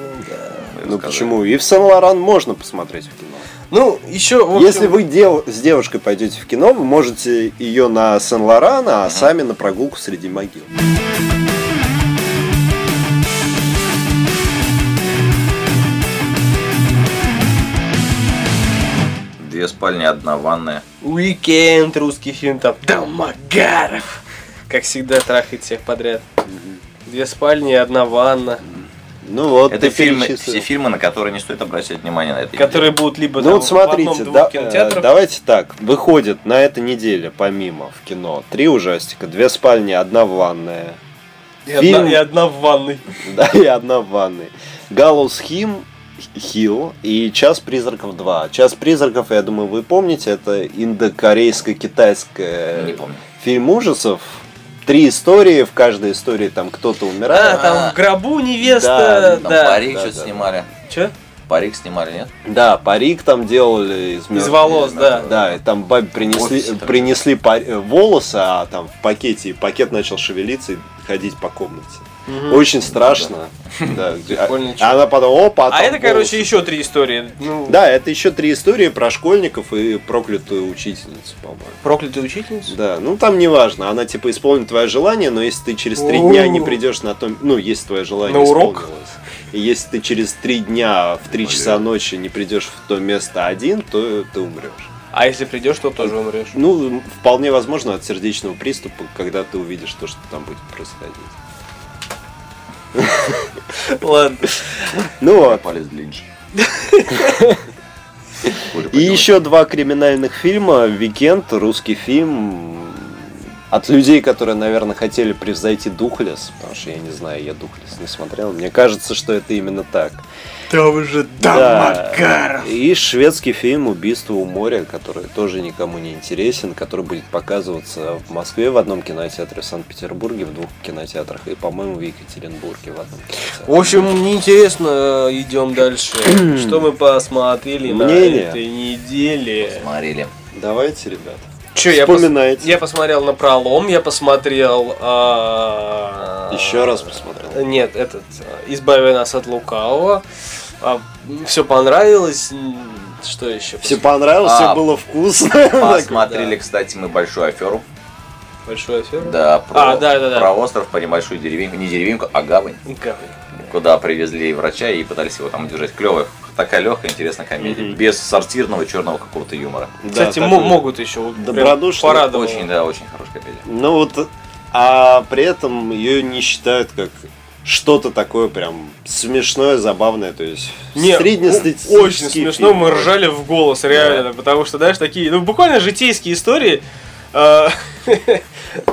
Speaker 2: Ну почему? И в Сен Лоран можно посмотреть в кино.
Speaker 4: Ну, еще, в общем,
Speaker 2: Если вы дев- с девушкой пойдете в кино, вы можете ее на Сен-Лорана, а сами на прогулку среди могил.
Speaker 3: Две спальни, одна ванная.
Speaker 4: Уикенд, русский фильм, там, Домогаров. Как всегда, трахает всех подряд. Две спальни и одна ванна,
Speaker 2: Ну вот,
Speaker 3: Это
Speaker 2: ты
Speaker 3: фильмы,
Speaker 2: перечислил.
Speaker 3: все фильмы, на которые не стоит обращать внимание на этой неделе.
Speaker 4: которые будут либо
Speaker 2: Ну
Speaker 4: там
Speaker 2: вот смотрите,
Speaker 4: в одном
Speaker 2: да-
Speaker 4: двух кинотеатрах.
Speaker 2: э, давайте так. Выходит на этой неделе, помимо в кино, три ужастика, две спальни, одна ванная.
Speaker 4: и,
Speaker 2: фильм-
Speaker 4: одна, и одна в ванной.
Speaker 2: Да, и одна в ванной. Галлоус Хим, Хилл и Час призраков 2. Час призраков, я думаю, вы помните, это
Speaker 3: Не
Speaker 2: индокорейско-китайское
Speaker 3: помню.
Speaker 2: фильм ужасов. Три истории, в каждой истории там кто-то
Speaker 4: А,
Speaker 2: умирает.
Speaker 4: там в гробу
Speaker 2: Да,
Speaker 4: невеста,
Speaker 3: Там
Speaker 4: да.
Speaker 3: парик
Speaker 2: да,
Speaker 3: что-то
Speaker 2: да.
Speaker 3: снимали.
Speaker 4: Че?
Speaker 3: Парик снимали, нет?
Speaker 2: Да, парик там делали из
Speaker 4: Из
Speaker 2: мёртвых.
Speaker 4: волос, да.
Speaker 2: Да, и там бабе принесли,
Speaker 3: офисе там.
Speaker 2: принесли пар- э, волосы, а там в пакете, и пакет начал шевелиться и ходить по комнате. Очень страшно. Да. А-
Speaker 4: Прикольный чувак.
Speaker 2: а Она потом, опа,
Speaker 4: А
Speaker 2: там
Speaker 4: это, короче,
Speaker 2: волосы.
Speaker 4: еще три истории. Ну,
Speaker 2: Да, это еще три истории про школьников и проклятую учительницу, по-моему.
Speaker 4: Проклятая учительница?
Speaker 2: Да, ну там неважно, она типа исполнит твое желание, но если ты через три
Speaker 4: О.
Speaker 2: дня не придешь на том, ну если твое желание
Speaker 4: На урок?
Speaker 2: исполнилось, и если ты через три дня в три часа ночи не придешь в то место один, то ты умрешь.
Speaker 4: А если придешь, то тоже умрешь.
Speaker 2: Ну, вполне возможно от сердечного приступа, когда ты увидишь то, что там будет происходить.
Speaker 4: Ладно.
Speaker 2: Ну вот.
Speaker 3: Палец длиннее.
Speaker 2: И еще два криминальных фильма. Викенд, русский фильм от людей, которые, наверное, хотели превзойти Духлес, потому что я не знаю, я Духлес не смотрел. Мне кажется, что это именно так.
Speaker 4: Там уже
Speaker 2: Да. И шведский фильм «Убийство у моря», который тоже никому не интересен, который будет показываться в Москве в одном кинотеатре, в Санкт-Петербурге в двух кинотеатрах и, по-моему, в Екатеринбурге в одном
Speaker 4: В
Speaker 2: кинотеатре.
Speaker 4: общем, неинтересно, э, идем дальше. Что мы посмотрели на
Speaker 2: Мнение?
Speaker 4: этой неделе?
Speaker 3: Смотрели.
Speaker 2: Давайте, ребята.
Speaker 4: Че, я, пос-
Speaker 2: Вспоминайте.
Speaker 4: я посмотрел на пролом, я посмотрел... а,
Speaker 2: Еще раз посмотрел.
Speaker 4: Нет, этот, а, «Избави нас от лукавого». все понравилось. М, Что еще?
Speaker 2: Все понравилось, все
Speaker 3: А,
Speaker 2: было вкусно.
Speaker 3: Посмотрели, кстати, мы большую аферу.
Speaker 4: Большой афер?
Speaker 3: Да, про,
Speaker 4: А, да, да, да.
Speaker 3: про остров, про небольшую деревеньку, не деревеньку, а гавань, куда привезли врача и пытались его там удержать. Клевая, такая легкая, интересная комедия, без сортирного черного какого-то юмора.
Speaker 4: Кстати,
Speaker 2: Да,
Speaker 4: мо-
Speaker 2: такой.
Speaker 4: могут еще.
Speaker 2: добродушный,
Speaker 4: Порадовал.
Speaker 3: Очень, да, очень хорошая комедия.
Speaker 2: Ну вот, а при этом ее не считают как что-то такое прям смешное, забавное, то есть
Speaker 4: Не,
Speaker 2: среднестатистический
Speaker 4: о- Очень смешно,
Speaker 2: фильм.
Speaker 4: мы ржали в голос, реально, потому что, знаешь, такие, ну, буквально житейские истории. э,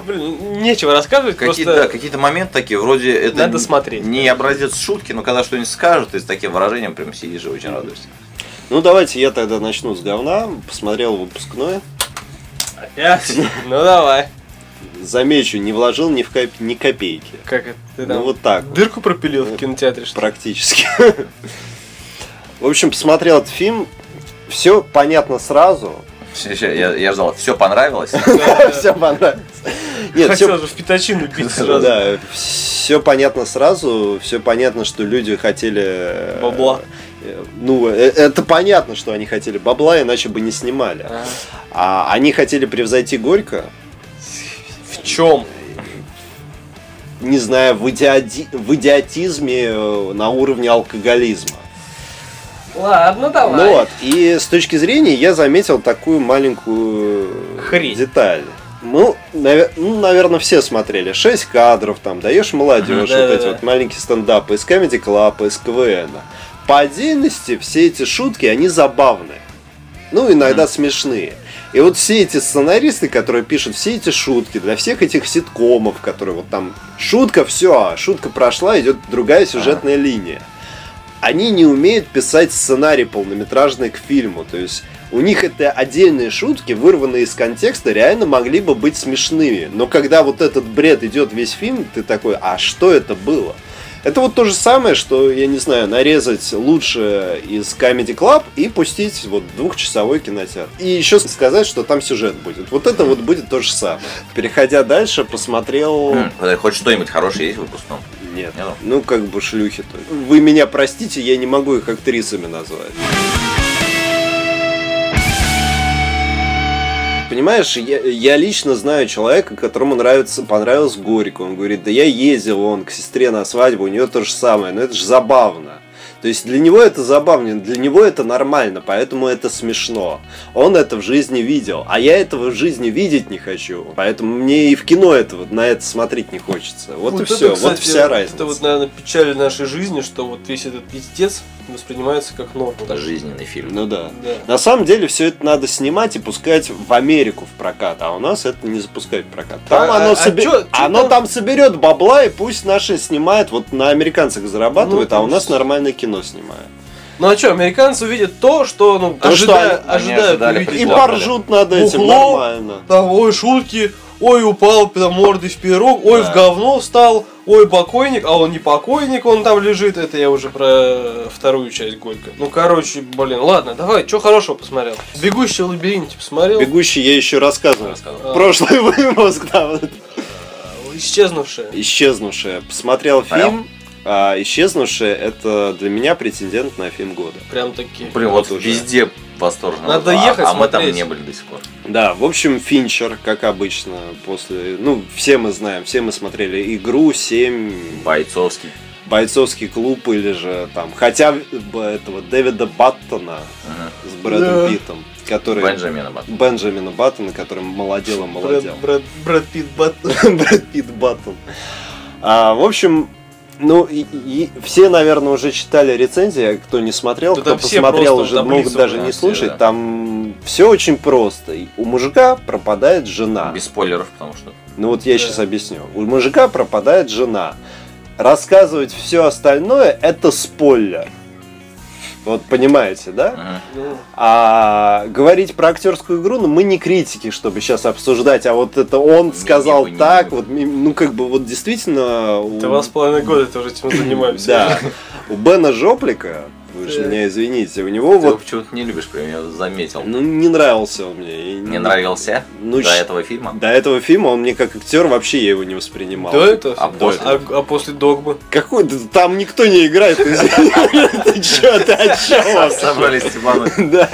Speaker 4: Блин, нечего рассказывать,
Speaker 3: Какие,
Speaker 4: просто...
Speaker 3: да, какие-то моменты такие, вроде это
Speaker 4: Надо
Speaker 3: н-
Speaker 4: смотреть,
Speaker 3: не образец шутки, но когда что-нибудь скажут, ты с таким выражением прям сидишь и очень радуешься.
Speaker 2: Ну давайте я тогда начну с говна. Посмотрел выпускное.
Speaker 4: Опять? Ну, давай.
Speaker 2: Замечу, не вложил ни в коп- ни копейки.
Speaker 4: Как это? Ты
Speaker 2: Ну
Speaker 4: там
Speaker 2: вот так. вот.
Speaker 4: Дырку пропилил в кинотеатре, что ли?
Speaker 2: практически. В общем, посмотрел этот фильм, все понятно сразу.
Speaker 3: Ща- ща, Я, я ждал, все понравилось.
Speaker 2: Все понравилось. Нет,
Speaker 4: Хотел
Speaker 2: все
Speaker 4: же в пятачину бить сразу.
Speaker 2: да, все понятно сразу, все понятно, что люди хотели... э,
Speaker 4: Бабла.
Speaker 2: э, Ну, э, это понятно, что они хотели бабла, иначе бы не снимали.
Speaker 4: А,
Speaker 2: А они хотели превзойти Горько,
Speaker 4: В чем?
Speaker 2: не знаю, в, идиоти- в идиотизме э, на уровне алкоголизма.
Speaker 4: Ладно,
Speaker 2: Ну вот, и с точки зрения я заметил такую маленькую э,
Speaker 4: Хрень.
Speaker 2: деталь. Ну, наверное, все смотрели. Шесть кадров там, даешь молодежь,
Speaker 4: Мгм,
Speaker 2: вот эти
Speaker 4: да-да-да.
Speaker 2: вот маленькие стендапы из Comedy Club, из КВН. По отдельности все эти шутки, они забавные. Ну, иногда смешные. И вот все эти сценаристы, которые пишут все эти шутки для всех этих ситкомов, которые вот там шутка, все, шутка прошла, идет другая сюжетная линия они не умеют писать сценарий полнометражный к фильму. То есть у них это отдельные шутки, вырванные из контекста, реально могли бы быть смешными. Но когда вот этот бред идет весь фильм, ты такой, а что это было? Это вот то же самое, что, я не знаю, нарезать лучше из Comedy Club и пустить вот двухчасовой кинотеатр. И еще сказать, что там сюжет будет. Вот это вот будет то же самое. Переходя дальше, посмотрел...
Speaker 3: М, подожди, Э, Хоть что-нибудь хорошее есть в выпускном?
Speaker 2: Нет.
Speaker 3: Нету?
Speaker 2: Ну, как бы шлюхи. то есть. Вы меня простите, я не могу их актрисами назвать. Понимаешь, я, я лично знаю человека, которому нравится, понравилось Горько. Он говорит, да я ездил он к сестре на свадьбу, у нее то же самое, но это же забавно. То есть для него это забавно, для него это нормально, поэтому это смешно. Он это в жизни видел, а я этого в жизни видеть не хочу, поэтому мне и в кино этого на это смотреть не хочется. Вот, и
Speaker 4: это,
Speaker 2: все, вот
Speaker 4: кстати,
Speaker 2: вся разница.
Speaker 4: Это вот, наверное, печаль нашей жизни, что вот весь этот пиздец воспринимается как норма.
Speaker 3: Это жизненный фильм.
Speaker 2: Ну да.
Speaker 4: Да.
Speaker 2: На самом деле все это надо снимать и пускать в Америку в прокат, а у нас это не запускают в прокат. Там
Speaker 4: А-
Speaker 2: оно,
Speaker 4: а- а
Speaker 2: собе-
Speaker 4: чё- чё
Speaker 2: оно
Speaker 4: там-
Speaker 2: там... соберет бабла и пусть наши снимают, вот на американцах зарабатывают,
Speaker 4: Ну,
Speaker 2: а у нас
Speaker 4: конечно.
Speaker 2: нормальное кино снимают.
Speaker 4: Ну а что, американцы увидят то, что ну,
Speaker 2: То, что
Speaker 4: ожида-
Speaker 2: они-
Speaker 3: они
Speaker 4: ожидают
Speaker 3: ожидали
Speaker 4: увидеть.
Speaker 2: И
Speaker 3: Прикольно.
Speaker 2: поржут над этим
Speaker 4: Углом.
Speaker 2: нормально.
Speaker 4: Там, ой, шутки, ой, упал там, мордой в пирог, ой,
Speaker 2: Да.
Speaker 4: в говно встал, ой, покойник, а он не покойник, он там лежит. Это я уже про вторую часть Горько. Ну, короче, блин, ладно, давай, что хорошего посмотрел? Бегущий в лабиринте посмотрел.
Speaker 2: Бегущий я еще рассказывал.
Speaker 3: Рассказывал.
Speaker 2: Прошлый выпуск там.
Speaker 4: А, Исчезнувшая.
Speaker 2: Исчезнувшая. Посмотрел фильм. а, Исчезнувшая это для меня претендент на фильм года.
Speaker 4: Прям такие.
Speaker 3: Блин, вот
Speaker 2: Вот уже.
Speaker 3: везде восторженно.
Speaker 4: Надо
Speaker 3: А-
Speaker 4: ехать
Speaker 3: А мы там
Speaker 4: смотреть.
Speaker 3: не были до сих пор.
Speaker 2: Да, в общем, Финчер, как обычно, после... Ну, все мы знаем, все мы смотрели «Игру», «Семь»,
Speaker 3: Бойцовский.
Speaker 2: «Бойцовский клуб» или же там... Хотя бы этого Дэвида Баттона
Speaker 3: Мгм.
Speaker 2: с Брэдом
Speaker 4: Да.
Speaker 2: Питтом, который...
Speaker 3: Бенджамина Баттона.
Speaker 2: Бенджамина Баттона, который молодел и
Speaker 4: Брэд,
Speaker 2: молодел.
Speaker 4: Брэд, Брэд Питт бат.
Speaker 2: Брэд Питт Баттон. А, в общем, ну, и- и все, наверное, уже читали рецензии, а кто не смотрел,
Speaker 4: Да
Speaker 2: кто
Speaker 4: там все
Speaker 2: посмотрел,
Speaker 4: просто
Speaker 2: уже
Speaker 4: таблицу
Speaker 2: могут даже
Speaker 4: прям
Speaker 2: не
Speaker 3: все,
Speaker 2: слушать.
Speaker 3: да.
Speaker 2: Там все очень просто. И У мужика пропадает жена.
Speaker 3: Без спойлеров, потому что
Speaker 2: Ну вот я
Speaker 4: Да.
Speaker 2: сейчас объясню. У мужика пропадает жена. Рассказывать все остальное это спойлер. Вот понимаете, да?
Speaker 3: Мгм.
Speaker 4: Ну,
Speaker 2: А говорить про актерскую игру, ну мы не критики, чтобы сейчас обсуждать, а вот это он сказал
Speaker 3: не- не-
Speaker 2: так,
Speaker 3: не-
Speaker 2: вот ми- ну как бы вот действительно. у-
Speaker 4: Два с половиной года тоже этим занимаемся.
Speaker 2: Да. У Бена Жоплика, вы же
Speaker 4: Так.
Speaker 2: меня извините, у
Speaker 4: Ну
Speaker 2: него
Speaker 3: Ты его
Speaker 2: вот
Speaker 3: почему-то не любишь, прям я заметил.
Speaker 2: ну не нравился он мне. и
Speaker 3: Не нравился
Speaker 2: Ну,
Speaker 3: до
Speaker 2: щ-
Speaker 3: этого фильма.
Speaker 2: До этого фильма он мне как актер вообще я его не воспринимал.
Speaker 4: До этого?
Speaker 3: А
Speaker 4: фильма?
Speaker 3: после?
Speaker 4: а, а после Догмы?
Speaker 2: Какой? да Там никто не играет. ты извини. Ты чё, ты о чём вообще?
Speaker 3: Собрались Степаны.
Speaker 2: Да.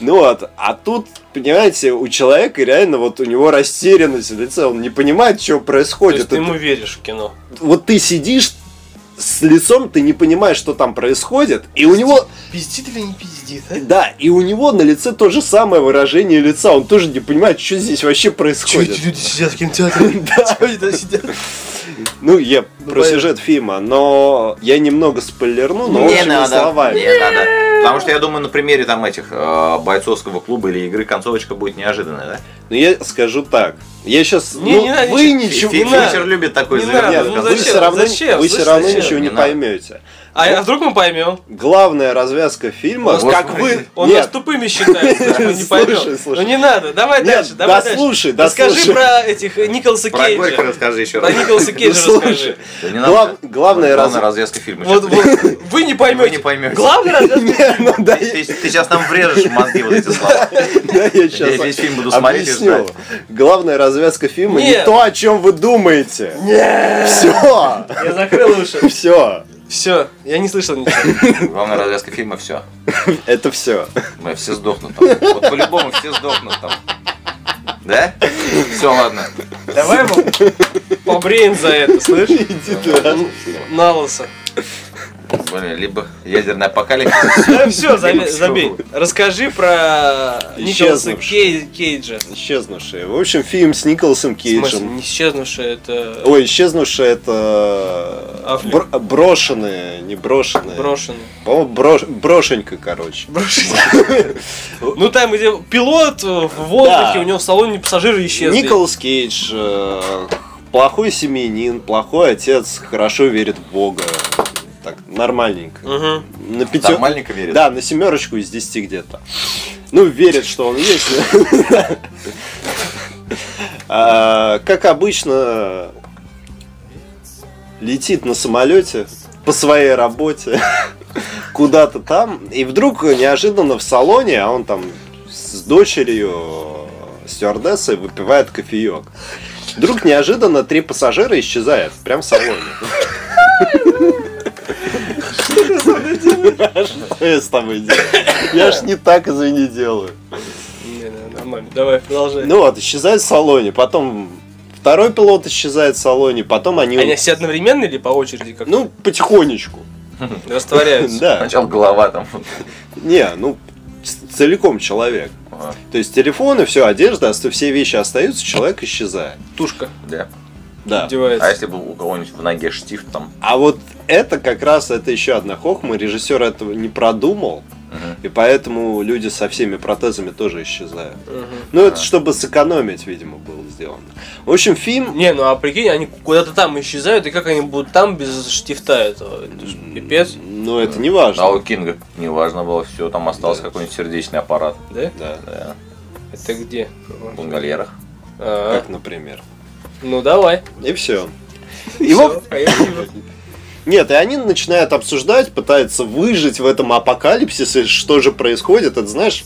Speaker 2: Ну вот, а тут, понимаете, у человека реально вот у него растерянность лица, он не понимает, что
Speaker 4: То есть
Speaker 2: происходит.
Speaker 4: ты
Speaker 2: Это-
Speaker 4: ему веришь в кино?
Speaker 2: Вот ты сидишь, с лицом ты не понимаешь, что там происходит, и у него,
Speaker 6: Пиздит или не пиздит, а?
Speaker 2: да, и у него на лице то же самое выражение лица, он тоже не понимает, что здесь вообще
Speaker 6: Чё
Speaker 2: происходит.
Speaker 6: эти люди сидят в кинотеатре? Чё они там сидят?
Speaker 2: Ну, я про
Speaker 6: понятно.
Speaker 2: сюжет фильма, но я немного спойлерну,
Speaker 4: Ну,
Speaker 2: но
Speaker 3: не
Speaker 2: общими
Speaker 3: надо,
Speaker 2: словами.
Speaker 3: не надо. Потому что я думаю, на примере там этих э, бойцовского клуба или игры концовочка будет неожиданная, да?
Speaker 2: Но я скажу так. Я сейчас...
Speaker 4: Не,
Speaker 2: ну,
Speaker 4: не надо
Speaker 2: вы
Speaker 4: ничего-
Speaker 2: ничего...
Speaker 3: Фи-
Speaker 4: не надо.
Speaker 3: Финчер любит такой
Speaker 4: Не
Speaker 3: завернутый
Speaker 4: надо,
Speaker 2: Нет,
Speaker 4: ну
Speaker 3: концовочку.
Speaker 2: вы
Speaker 4: зачем?
Speaker 2: все равно,
Speaker 4: Зачем?
Speaker 2: Вы
Speaker 4: Слышь,
Speaker 2: все равно
Speaker 4: зачем?
Speaker 2: ничего не
Speaker 3: Не надо.
Speaker 2: поймете.
Speaker 4: А, а вдруг мы поймем?
Speaker 2: Главная развязка фильма...
Speaker 3: Вот
Speaker 4: как
Speaker 3: смотри.
Speaker 4: вы, он
Speaker 2: Нет.
Speaker 4: нас тупыми считает, мы не
Speaker 2: Слушай,
Speaker 4: поймем.
Speaker 2: слушай.
Speaker 4: Ну не надо, давай
Speaker 2: Нет,
Speaker 4: дальше, давай дальше.
Speaker 2: дослушай,
Speaker 4: Расскажи
Speaker 2: дослушай.
Speaker 4: про этих э, Николаса
Speaker 3: Про Горько
Speaker 4: Кейджа.
Speaker 3: расскажи еще
Speaker 4: Про
Speaker 3: раз.
Speaker 4: Николаса Кейджа
Speaker 2: Слушай,
Speaker 4: расскажи.
Speaker 3: Да не надо.
Speaker 4: а
Speaker 2: Глав- главная раз-
Speaker 3: развязка фильма.
Speaker 4: Вот, вот,
Speaker 3: Сейчас.
Speaker 4: вы не
Speaker 3: Вы не
Speaker 4: поймете.
Speaker 3: поймете.
Speaker 4: Главное,
Speaker 2: Не, ну да,
Speaker 3: Ты, ты сейчас нам врежешь в мозги вот эти слова.
Speaker 2: да, я сейчас
Speaker 3: Я весь фильм буду смотреть и ждать.
Speaker 2: Главная развязка фильма не
Speaker 4: Нет.
Speaker 2: то, о чем вы думаете. Все,
Speaker 4: я закрыл уши.
Speaker 2: все,
Speaker 4: Все, я не слышал ничего.
Speaker 3: Главная развязка фильма все.
Speaker 2: это все.
Speaker 3: Мы все сдохнут там. Вот по-любому все сдохнут там. Да? Все, ладно.
Speaker 4: Давай его побреем за это, слышишь? На лысо.
Speaker 3: Блин, либо ядерный апокалипсис.
Speaker 4: Да все,
Speaker 3: Фильм
Speaker 4: забей.
Speaker 3: всё.
Speaker 4: Расскажи про Николаса
Speaker 2: Исчезнувший.
Speaker 4: Кей- Кейджа.
Speaker 2: Исчезнувшие. В общем, фильм с Николасом
Speaker 4: В смысле,
Speaker 2: Кейджем.
Speaker 4: не исчезнувшая, это
Speaker 2: Ой, исчезнувшие это э,
Speaker 4: Африка.
Speaker 2: бр- брошенные, не брошенные.
Speaker 4: брошенный.
Speaker 2: По-моему, брош- брошенька, короче.
Speaker 4: Ну там, где пилот э, в воздухе,
Speaker 2: Да.
Speaker 4: у него в салоне пассажиры исчезли.
Speaker 2: Николас Кейдж, э, плохой семьянин, плохой отец, хорошо верит в Бога. Так, нормальненько.
Speaker 4: Мгм.
Speaker 2: На пятё-
Speaker 3: Там маленько верит.
Speaker 2: Да, на семерочку из десяти где-то. Ну, верит, что он есть. А, Как обычно, летит на самолете по своей работе куда-то там, и вдруг неожиданно в салоне, а он там с дочерью э, стюардессой выпивает кофеек. Вдруг неожиданно три пассажира исчезают прям в салоне. Что я с тобой делаю? Я ж не так, извини, делаю.
Speaker 4: Не, не, Нормально, давай, продолжай.
Speaker 2: Ну вот, исчезает в салоне, потом второй пилот исчезает в салоне, потом они...
Speaker 4: Они все одновременно или по очереди как
Speaker 2: Ну, потихонечку.
Speaker 4: растворяются?
Speaker 2: Ну, Да.
Speaker 3: Сначала голова там.
Speaker 2: Не, ну, ц- целиком человек.
Speaker 3: Ага.
Speaker 2: То есть телефоны, все, одежда, оста- все вещи остаются, человек исчезает.
Speaker 4: Тушка
Speaker 3: Да.
Speaker 2: Да.
Speaker 3: А
Speaker 4: одевается.
Speaker 3: если бы у кого-нибудь в ноге штифт там?
Speaker 2: А вот это как раз, это еще одна хохма, режиссер этого не продумал,
Speaker 3: Мгм.
Speaker 2: и поэтому люди со всеми протезами тоже исчезают.
Speaker 4: Мгм.
Speaker 2: Ну, это чтобы сэкономить, видимо, было сделано. В общем, фильм...
Speaker 4: Не, ну а прикинь, они куда-то там исчезают, и как они будут там без штифта этого? Это ж пипец,
Speaker 2: Ну, это не важно.
Speaker 3: А у Кинга неважно было, все, там остался какой-нибудь сердечный аппарат.
Speaker 4: да?
Speaker 2: Да,
Speaker 3: Да,
Speaker 4: Это где?
Speaker 3: в бунгальерах.
Speaker 4: А,
Speaker 2: как, например.
Speaker 4: Ну давай.
Speaker 2: И все. Его,
Speaker 4: Всё, поехали.
Speaker 2: Нет, и они начинают обсуждать, пытаются выжить в этом апокалипсисе, что же происходит, это знаешь...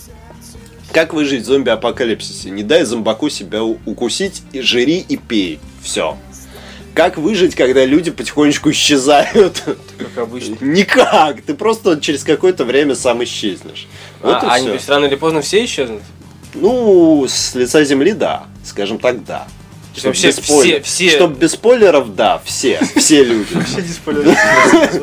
Speaker 2: Как выжить в зомби-апокалипсисе? Не дай зомбаку себя у- укусить, и жри и пей. Все. Как выжить, когда люди потихонечку исчезают?
Speaker 4: Как обычно.
Speaker 2: Никак. Ты просто через какое-то время сам исчезнешь. Вот
Speaker 4: а,
Speaker 2: и
Speaker 4: они,
Speaker 2: всё.
Speaker 4: то есть рано или поздно все исчезнут?
Speaker 2: Ну, с лица земли, да. Скажем так, да.
Speaker 4: есть
Speaker 2: Чтоб
Speaker 4: вообще
Speaker 2: без
Speaker 4: все-
Speaker 2: спойлер-
Speaker 4: все-
Speaker 2: Чтоб без спойлеров, да, все. Все люди.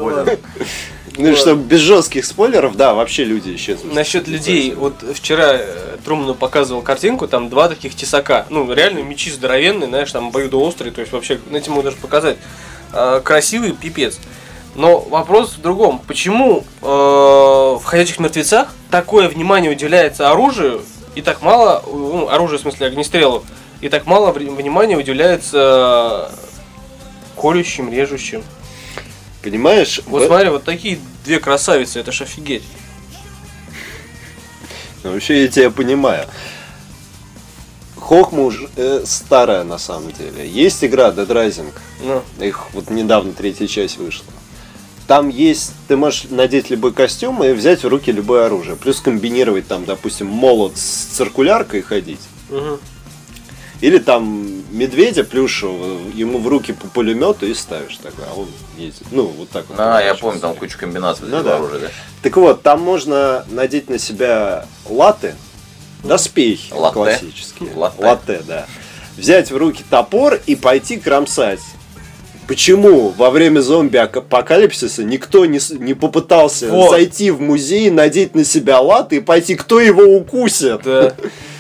Speaker 2: Ну, чтобы без жестких спойлеров, да, вообще люди исчезнут.
Speaker 4: Насчет людей, вот вчера э, Труману показывал картинку, там два таких тесака, ну реально мечи здоровенные, знаешь, там обоюдоострые, то есть вообще, ну, этим могу даже показать, Э, красивый пипец. Но вопрос в другом, почему э, в «Ходячих мертвецах» такое внимание уделяется оружию, и так мало, ну, оружию в смысле огнестрелов, и так мало вре- внимания уделяется э, колющим, режущим.
Speaker 2: Понимаешь?
Speaker 4: Вот
Speaker 2: в-
Speaker 4: смотри, вот такие две красавицы, это ж офигеть.
Speaker 2: Ну, вообще я тебя понимаю. Хохма уже э, старая на самом деле. Есть игра Dead Rising.
Speaker 4: Ну.
Speaker 2: Их вот недавно третья часть вышла. Там есть, ты можешь надеть любой костюм и взять в руки любое оружие. Плюс комбинировать там, допустим, молот с циркуляркой и ходить.
Speaker 4: Мгм.
Speaker 2: Или там медведя плюшевого, ему в руки по пулемету и ставишь тогда. а он ездит. Ну, вот так вот.
Speaker 4: А,
Speaker 3: Да, А, я помню, там куча комбинаций
Speaker 2: Ну
Speaker 3: для
Speaker 2: да.
Speaker 3: оружия,
Speaker 2: Так вот, там можно надеть на себя латы, доспехи
Speaker 3: Латте.
Speaker 2: классические.
Speaker 3: Латте.
Speaker 2: да. Взять в руки топор и пойти кромсать. Почему во время зомби-апокалипсиса никто не, с- не попытался
Speaker 4: Вот.
Speaker 2: зайти в музей, надеть на себя латы и пойти, кто его укусит?
Speaker 4: Да.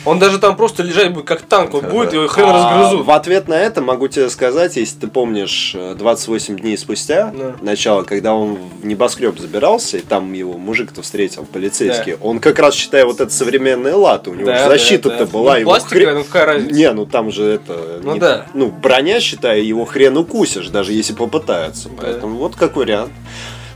Speaker 4: Он даже там просто лежать будет, как танк, он будет, его хрен
Speaker 2: А,
Speaker 4: разгрызут.
Speaker 2: В ответ на это могу тебе сказать, если ты помнишь э, 28 дней спустя,
Speaker 4: Да.
Speaker 2: начало, когда он в небоскреб забирался, и там его мужик-то встретил, полицейский, он как раз, считай, вот это современная лата, у него
Speaker 4: Да,
Speaker 2: же
Speaker 4: да, да.
Speaker 2: защита-то была.
Speaker 4: Ну,
Speaker 2: его
Speaker 4: пластиковая,
Speaker 2: хрен-
Speaker 4: ну какая разница?
Speaker 2: Не, ну там же это...
Speaker 4: Ну
Speaker 2: не-
Speaker 4: да.
Speaker 2: Ну, броня, считай, его хрен укусишь, даже если попытаются. Поэтому вот как вариант.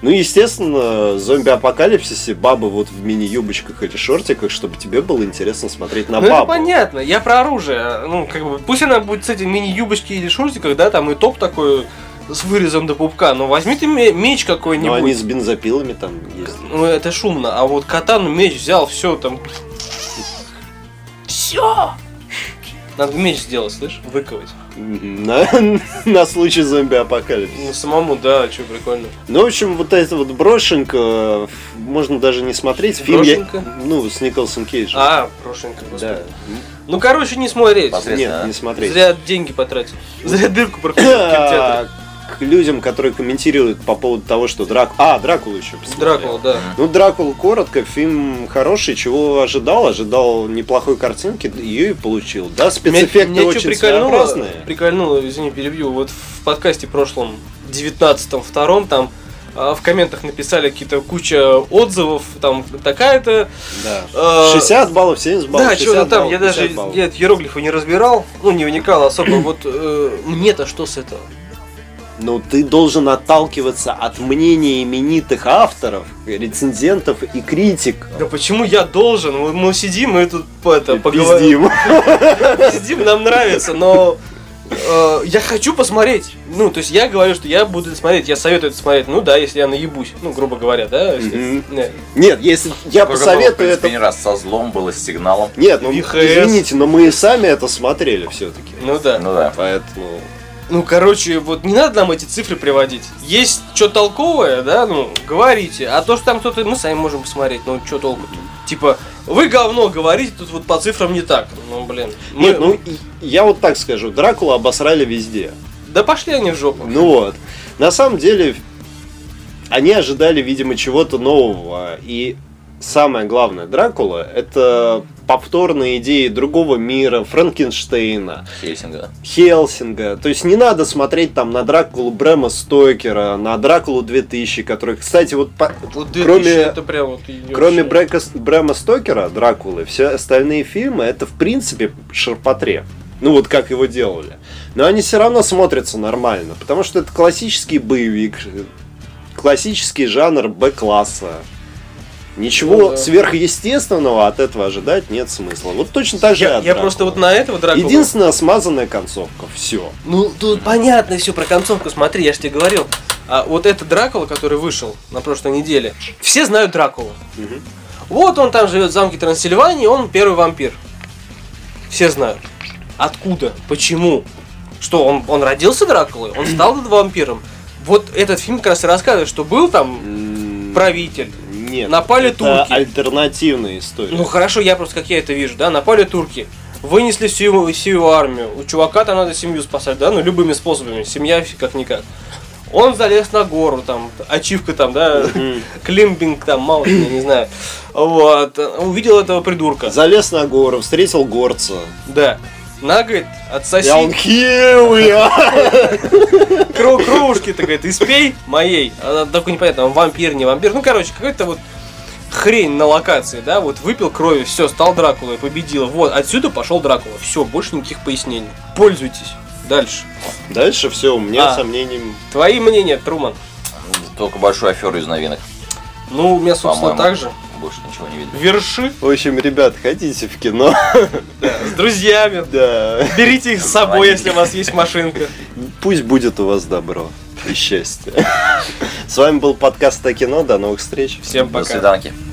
Speaker 2: Ну, естественно, в зомби-апокалипсисе бабы вот в мини-юбочках или шортиках, чтобы тебе было интересно смотреть на
Speaker 4: Ну это
Speaker 2: бабу.
Speaker 4: понятно, я про оружие. Ну, как бы, пусть она будет с этим мини-юбочки или шортиках, да, там и топ такой с вырезом до пупка, но возьми ты ме- меч
Speaker 2: Ну, они
Speaker 4: какой-нибудь.
Speaker 2: с бензопилами там ездят.
Speaker 4: Ну, это шумно, а вот катану меч взял, все там. Все! Надо меч сделать, слышь, выковать.
Speaker 2: На, на случай
Speaker 4: Ну,
Speaker 2: зомби-апокалипсиса.
Speaker 4: самому, да, что прикольно.
Speaker 2: Ну, в общем, вот эта вот брошенка, ф- можно даже не смотреть. Фильм я-
Speaker 4: Брошенка?
Speaker 2: ну, с Николсом Кейджем.
Speaker 4: А, прошенька, господи.
Speaker 2: да.
Speaker 4: Ну, короче, не смотреть.
Speaker 3: Посмотреть.
Speaker 2: Нет,
Speaker 3: Интересно,
Speaker 2: не
Speaker 3: а?
Speaker 2: смотреть.
Speaker 4: Зря деньги потратил. Зря дырку прокрутил в кинотеатре.
Speaker 2: А, К людям, которые комментируют по поводу того, что Дракула... А, Дракула еще посмотрел.
Speaker 4: Дракула, да.
Speaker 2: Ну, Дракула коротко, фильм хороший, чего ожидал, ожидал неплохой картинки, ее и получил. Да, спецэффекты
Speaker 4: Меня- меня чё
Speaker 2: очень
Speaker 4: прикольнуло,
Speaker 2: своеобразные.
Speaker 4: прикольнуло, извини, перебью. Вот в подкасте прошлом, 19-м, втором, там а, в комментах написали какие-то куча отзывов, там такая-то.
Speaker 2: Да.
Speaker 4: а,
Speaker 2: 60 баллов, 70 баллов,
Speaker 4: да,
Speaker 2: 60
Speaker 4: что-то там,
Speaker 2: баллов,
Speaker 4: я даже
Speaker 2: 50 баллов.
Speaker 4: я этот иероглифы не разбирал, ну не вникал особо. Вот э, мне-то что с этого?
Speaker 2: Но Ну, ты должен отталкиваться от мнения именитых авторов, рецензентов и критик.
Speaker 4: Да почему я должен? Мы, мы сидим и тут по- это, поговорим.
Speaker 2: Пиздим.
Speaker 4: Пиздим, нам нравится, но э, я хочу посмотреть. Ну, то есть я говорю, что я буду это смотреть, я советую это смотреть. Ну да, если я наебусь, ну, грубо говоря, да. если- э,
Speaker 2: Мгм.
Speaker 4: Не.
Speaker 2: Нет, если я
Speaker 3: Такое было, в
Speaker 2: посоветую
Speaker 3: принципе,
Speaker 2: это...
Speaker 3: не раз со злом было, с сигналом.
Speaker 2: Нет, ну
Speaker 4: VHS.
Speaker 2: извините, но мы и сами это смотрели все-таки.
Speaker 4: Ну да.
Speaker 3: Ну да.
Speaker 2: Поэтому...
Speaker 4: Ну, короче, вот не надо нам эти цифры приводить. Есть что толковое, да, ну, говорите. А то, что там кто-то, мы сами можем посмотреть, ну, что толку -то? Типа, вы говно говорите, тут вот по цифрам не так. Ну, блин. Мы-
Speaker 2: Нет, ну и- я вот так скажу, Дракула обосрали везде.
Speaker 4: Да пошли они в жопу.
Speaker 2: Ну вот. На самом деле, они ожидали, видимо, чего-то нового. И самое главное, Дракула это повторные идеи другого мира, Франкенштейна.
Speaker 3: Хельсинга.
Speaker 2: Хелсинга. То есть не надо смотреть там на Дракулу Брема Стойкера, на Дракулу 2000, который, кстати, вот по-
Speaker 4: Вот 2000
Speaker 2: Кроме-
Speaker 4: это прям вот и вообще.
Speaker 2: кроме Брека, Брема Стокера, Дракулы, все остальные фильмы это в принципе ширпотреб. Ну вот как его делали. Но они все равно смотрятся нормально, потому что это классический боевик, классический жанр Б-класса. Ничего
Speaker 4: Ну да.
Speaker 2: сверхъестественного от этого ожидать нет смысла. Вот точно так же и
Speaker 4: Я,
Speaker 2: от
Speaker 4: я просто
Speaker 2: Дракулы.
Speaker 4: вот на этого Дракулу...
Speaker 2: Единственная смазанная концовка. Все.
Speaker 4: Ну, тут понятно все про концовку, смотри, я же тебе говорил. А вот этот Дракула, который вышел на прошлой неделе, все знают Дракулу. Вот он там живет в замке Трансильвании, он первый вампир. Все знают. Откуда? Почему? Что, он, он родился Дракулой? Он стал вампиром? Вот этот фильм как раз и рассказывает, что был там правитель,
Speaker 2: Нет.
Speaker 4: Напали
Speaker 2: это
Speaker 4: турки.
Speaker 2: альтернативная история.
Speaker 4: Ну хорошо, я просто как я это вижу, да, напали турки, вынесли всю его, всю его армию, у чувака там надо семью спасать, да, ну любыми способами, семья как-никак. Он залез на гору, там, ачивка там, да, климбинг там, мало ли, я не знаю. Вот, увидел этого придурка,
Speaker 2: Залез на гору, встретил горца.
Speaker 4: да. На, говорит, отсоси
Speaker 2: Я он «Here we are!»
Speaker 4: кро- кровушки-то, говорит, испей моей. Она такой непонятно, он вампир, не вампир. Ну, короче, какая-то вот хрень на локации, да, вот выпил крови, все, стал Дракулой, победила. Вот, отсюда пошел Дракула. Все, больше никаких пояснений. Пользуйтесь. Дальше.
Speaker 2: Дальше все, у меня
Speaker 4: А.
Speaker 2: сомнений.
Speaker 4: Твои мнения, Труман.
Speaker 3: Только большой афер из новинок.
Speaker 4: Ну, у меня, собственно,
Speaker 3: По-моему,
Speaker 4: так же.
Speaker 3: Больше ничего не видно.
Speaker 4: Верши
Speaker 2: В общем, ребят, хотите в кино?
Speaker 4: с друзьями.
Speaker 2: Да.
Speaker 4: Берите их с собой, если у вас есть машинка.
Speaker 2: Пусть будет у вас добро и счастье. С вами был подкаст о кино. До новых встреч.
Speaker 4: Всем
Speaker 3: До
Speaker 4: пока.
Speaker 3: свиданки.